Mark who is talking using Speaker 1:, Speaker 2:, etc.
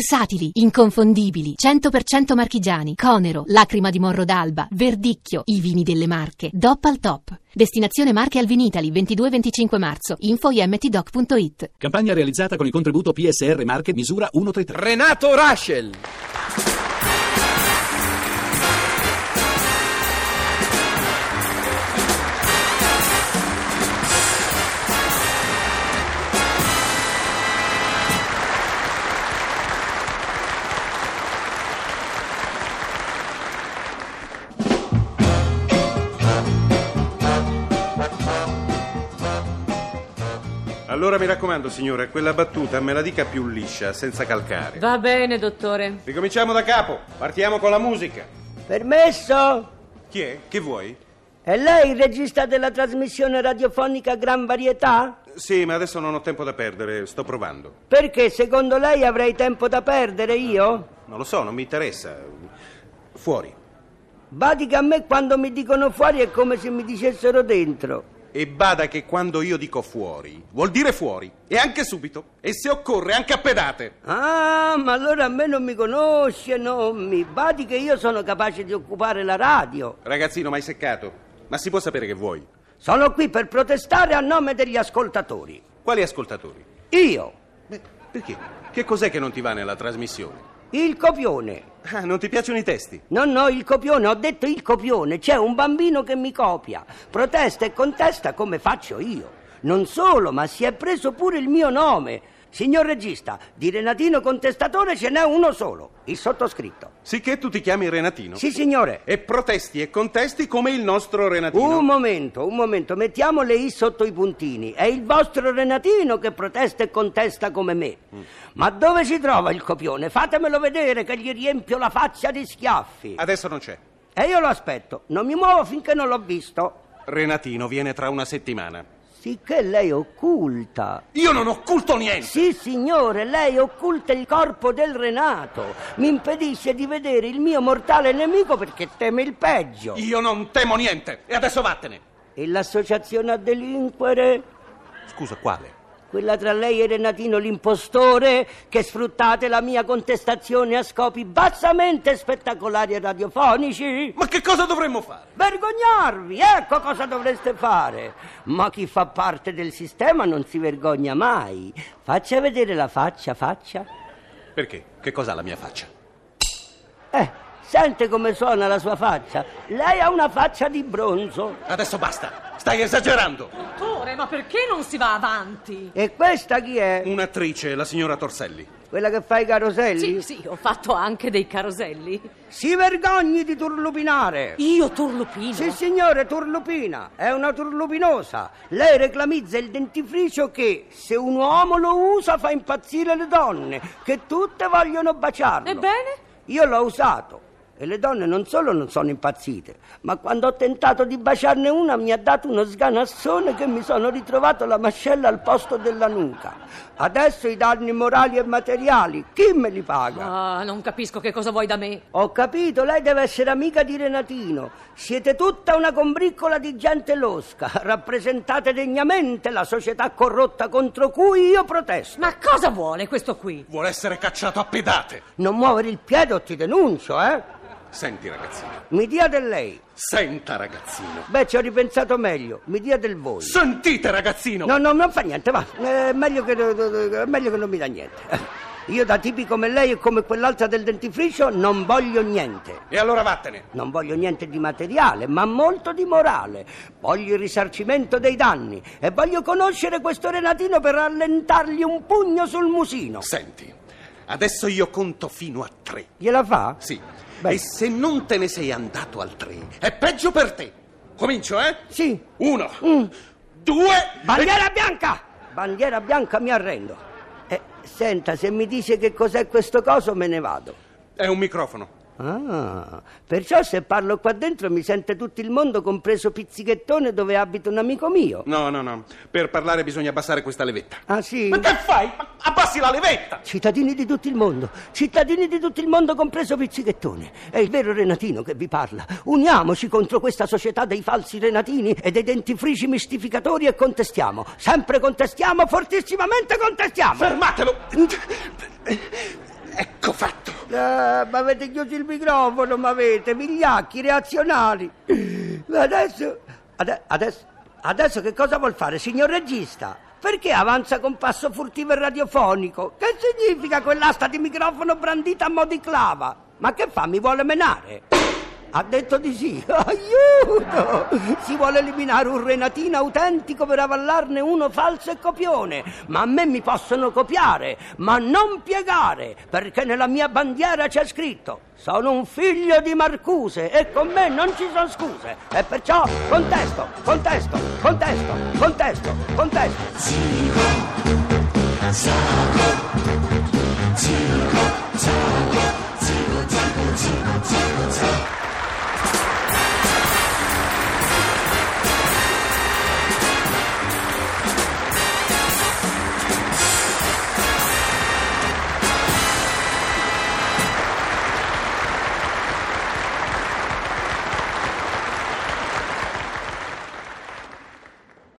Speaker 1: Versatili, inconfondibili, 100% marchigiani, Conero, Lacrima di Morro d'Alba, Verdicchio, i vini delle Marche, DOP al top. Destinazione Marche al Vinitali, 22-25 marzo, info imtdoc.it.
Speaker 2: Campagna realizzata con il contributo PSR Marche misura 133.
Speaker 3: Renato Raschel.
Speaker 4: Allora mi raccomando, signore, quella battuta me la dica più liscia, senza calcare.
Speaker 5: Va bene, dottore.
Speaker 4: Ricominciamo da capo. Partiamo con la musica.
Speaker 6: Permesso?
Speaker 4: Chi è? Che vuoi?
Speaker 6: È lei il regista della trasmissione radiofonica Gran Varietà?
Speaker 4: Sì, ma adesso non ho tempo da perdere, sto provando.
Speaker 6: Perché secondo lei avrei tempo da perdere io?
Speaker 4: Non lo so, non mi interessa. Fuori.
Speaker 6: Badi che a me quando mi dicono fuori è come se mi dicessero dentro.
Speaker 4: E bada che quando io dico fuori, vuol dire fuori. E anche subito. E se occorre, anche a pedate.
Speaker 6: Ah, ma allora a me non mi conosce, non mi. Badi che io sono capace di occupare la radio.
Speaker 4: Ragazzino, mai seccato. Ma si può sapere che vuoi?
Speaker 6: Sono qui per protestare a nome degli ascoltatori.
Speaker 4: Quali ascoltatori?
Speaker 6: Io,
Speaker 4: Beh, perché? Che cos'è che non ti va nella trasmissione?
Speaker 6: il copione.
Speaker 4: Ah, non ti piacciono i testi?
Speaker 6: No, no, il copione, ho detto il copione, c'è un bambino che mi copia, protesta e contesta come faccio io. Non solo, ma si è preso pure il mio nome. Signor regista, di Renatino contestatore ce n'è uno solo, il sottoscritto.
Speaker 4: Sicché tu ti chiami Renatino.
Speaker 6: Sì, signore.
Speaker 4: E protesti e contesti come il nostro Eh, Renatino.
Speaker 6: Un momento, un momento, mettiamo le i sotto i puntini. È il vostro Renatino che protesta e contesta come me. Ma dove si trova il copione? Fatemelo vedere che gli riempio la faccia di schiaffi.
Speaker 4: Adesso non c'è.
Speaker 6: E io lo aspetto, non mi muovo finché non l'ho visto.
Speaker 4: Renatino viene tra una settimana.
Speaker 6: Sicché lei occulta.
Speaker 4: Io non occulto niente.
Speaker 6: Sì, signore, lei occulta il corpo del Renato. Mi impedisce di vedere il mio mortale nemico perché teme il peggio.
Speaker 4: Io non temo niente. E adesso vattene.
Speaker 6: E l'associazione a delinquere?
Speaker 4: Scusa, quale?
Speaker 6: Quella tra lei e Renatino l'impostore che sfruttate la mia contestazione a scopi bassamente spettacolari e radiofonici?
Speaker 4: Ma che cosa dovremmo fare?
Speaker 6: Vergognarvi, ecco cosa dovreste fare. Ma chi fa parte del sistema non si vergogna mai. Faccia vedere la faccia, faccia.
Speaker 4: Perché? Che cos'ha la mia faccia?
Speaker 6: Eh, sente come suona la sua faccia. Lei ha una faccia di bronzo.
Speaker 4: Adesso basta. Stai esagerando.
Speaker 5: Dottore, ma perché non si va avanti?
Speaker 6: E questa chi è?
Speaker 4: Un'attrice, la signora Torselli.
Speaker 6: Quella che fa i
Speaker 5: Sì,
Speaker 6: caroselli?
Speaker 5: sì, ho fatto anche dei caroselli.
Speaker 6: Si vergogni di turlupinare.
Speaker 5: Io turlupino.
Speaker 6: Sì, signore, turlupina, è una turlupinosa. Lei reclamizza il dentifricio che, se un uomo lo usa, fa impazzire le donne, che tutte vogliono baciarlo.
Speaker 5: Ebbene?
Speaker 6: Io l'ho usato. E le donne non solo non sono impazzite, ma quando ho tentato di baciarne una mi ha dato uno sganassone che mi sono ritrovato la mascella al posto della nuca. Adesso i danni morali e materiali, chi me li paga?
Speaker 5: Ah, non capisco che cosa vuoi da me.
Speaker 6: Ho capito, lei deve essere amica di Renatino. Siete tutta una combriccola di gente losca. Rappresentate degnamente la società corrotta contro cui io protesto.
Speaker 5: Ma cosa vuole questo qui?
Speaker 4: Vuole essere cacciato a pedate.
Speaker 6: Non muovere il piede o ti denuncio, eh?
Speaker 4: Senti, ragazzino.
Speaker 6: Mi dia del lei.
Speaker 4: Senta, ragazzino.
Speaker 6: Beh, ci ho ripensato meglio. Mi dia del voi.
Speaker 4: Sentite, ragazzino.
Speaker 6: No, no, non fa niente, va. È meglio che, eh, meglio che non mi dà niente. Eh, Io da tipi come lei e come quell'altra del dentifricio non voglio niente.
Speaker 4: E allora vattene.
Speaker 6: Non voglio niente di materiale, ma molto di morale. Voglio il risarcimento dei danni e voglio conoscere questo Renatino per allentargli un pugno sul musino.
Speaker 4: Senti, adesso io conto fino a tre.
Speaker 6: Gliela fa?
Speaker 4: Sì.
Speaker 6: Bene.
Speaker 4: E se non te ne sei andato al tre, è peggio per te. Comincio, eh?
Speaker 6: Sì.
Speaker 4: Uno, due,
Speaker 6: Bandiera bianca! Bandiera bianca mi arrendo. Eh, senta, se mi dice che cos'è questo coso me ne vado.
Speaker 4: È un microfono.
Speaker 6: Ah, perciò se parlo qua dentro mi sente tutto il mondo, compreso Pizzichettone dove abita un amico mio.
Speaker 4: No, no, no. Per parlare bisogna abbassare questa levetta.
Speaker 6: Ah sì?
Speaker 4: Ma che fai? Ma Abbassi la levetta!
Speaker 6: Cittadini di tutto il mondo, cittadini di tutto il mondo, compreso Pizzichettone. È il vero Renatino che vi parla. Uniamoci contro questa società dei falsi Renatini e dei dentifrici mistificatori e contestiamo. Sempre contestiamo, fortissimamente contestiamo.
Speaker 4: Fermatelo! Eh,
Speaker 6: Eh, ma avete chiuso il microfono, ma avete, vigliacchi, reazionari. Ma adesso, ade- adesso, adesso che cosa vuol fare, signor regista? Perché avanza con passo furtivo e radiofonico? Che significa quell'asta di microfono brandita a mo' di clava? Ma che fa, mi vuole menare? Ha detto di sì. Aiuto! Si vuole eliminare un Renatina autentico per avallarne uno falso e copione. Ma a me mi possono copiare, ma non piegare, perché nella mia bandiera c'è scritto: Sono un figlio di Marcuse e con me non ci sono scuse. E perciò contesto, contesto, contesto, contesto, contesto.
Speaker 3: Zico, Zago, Zico,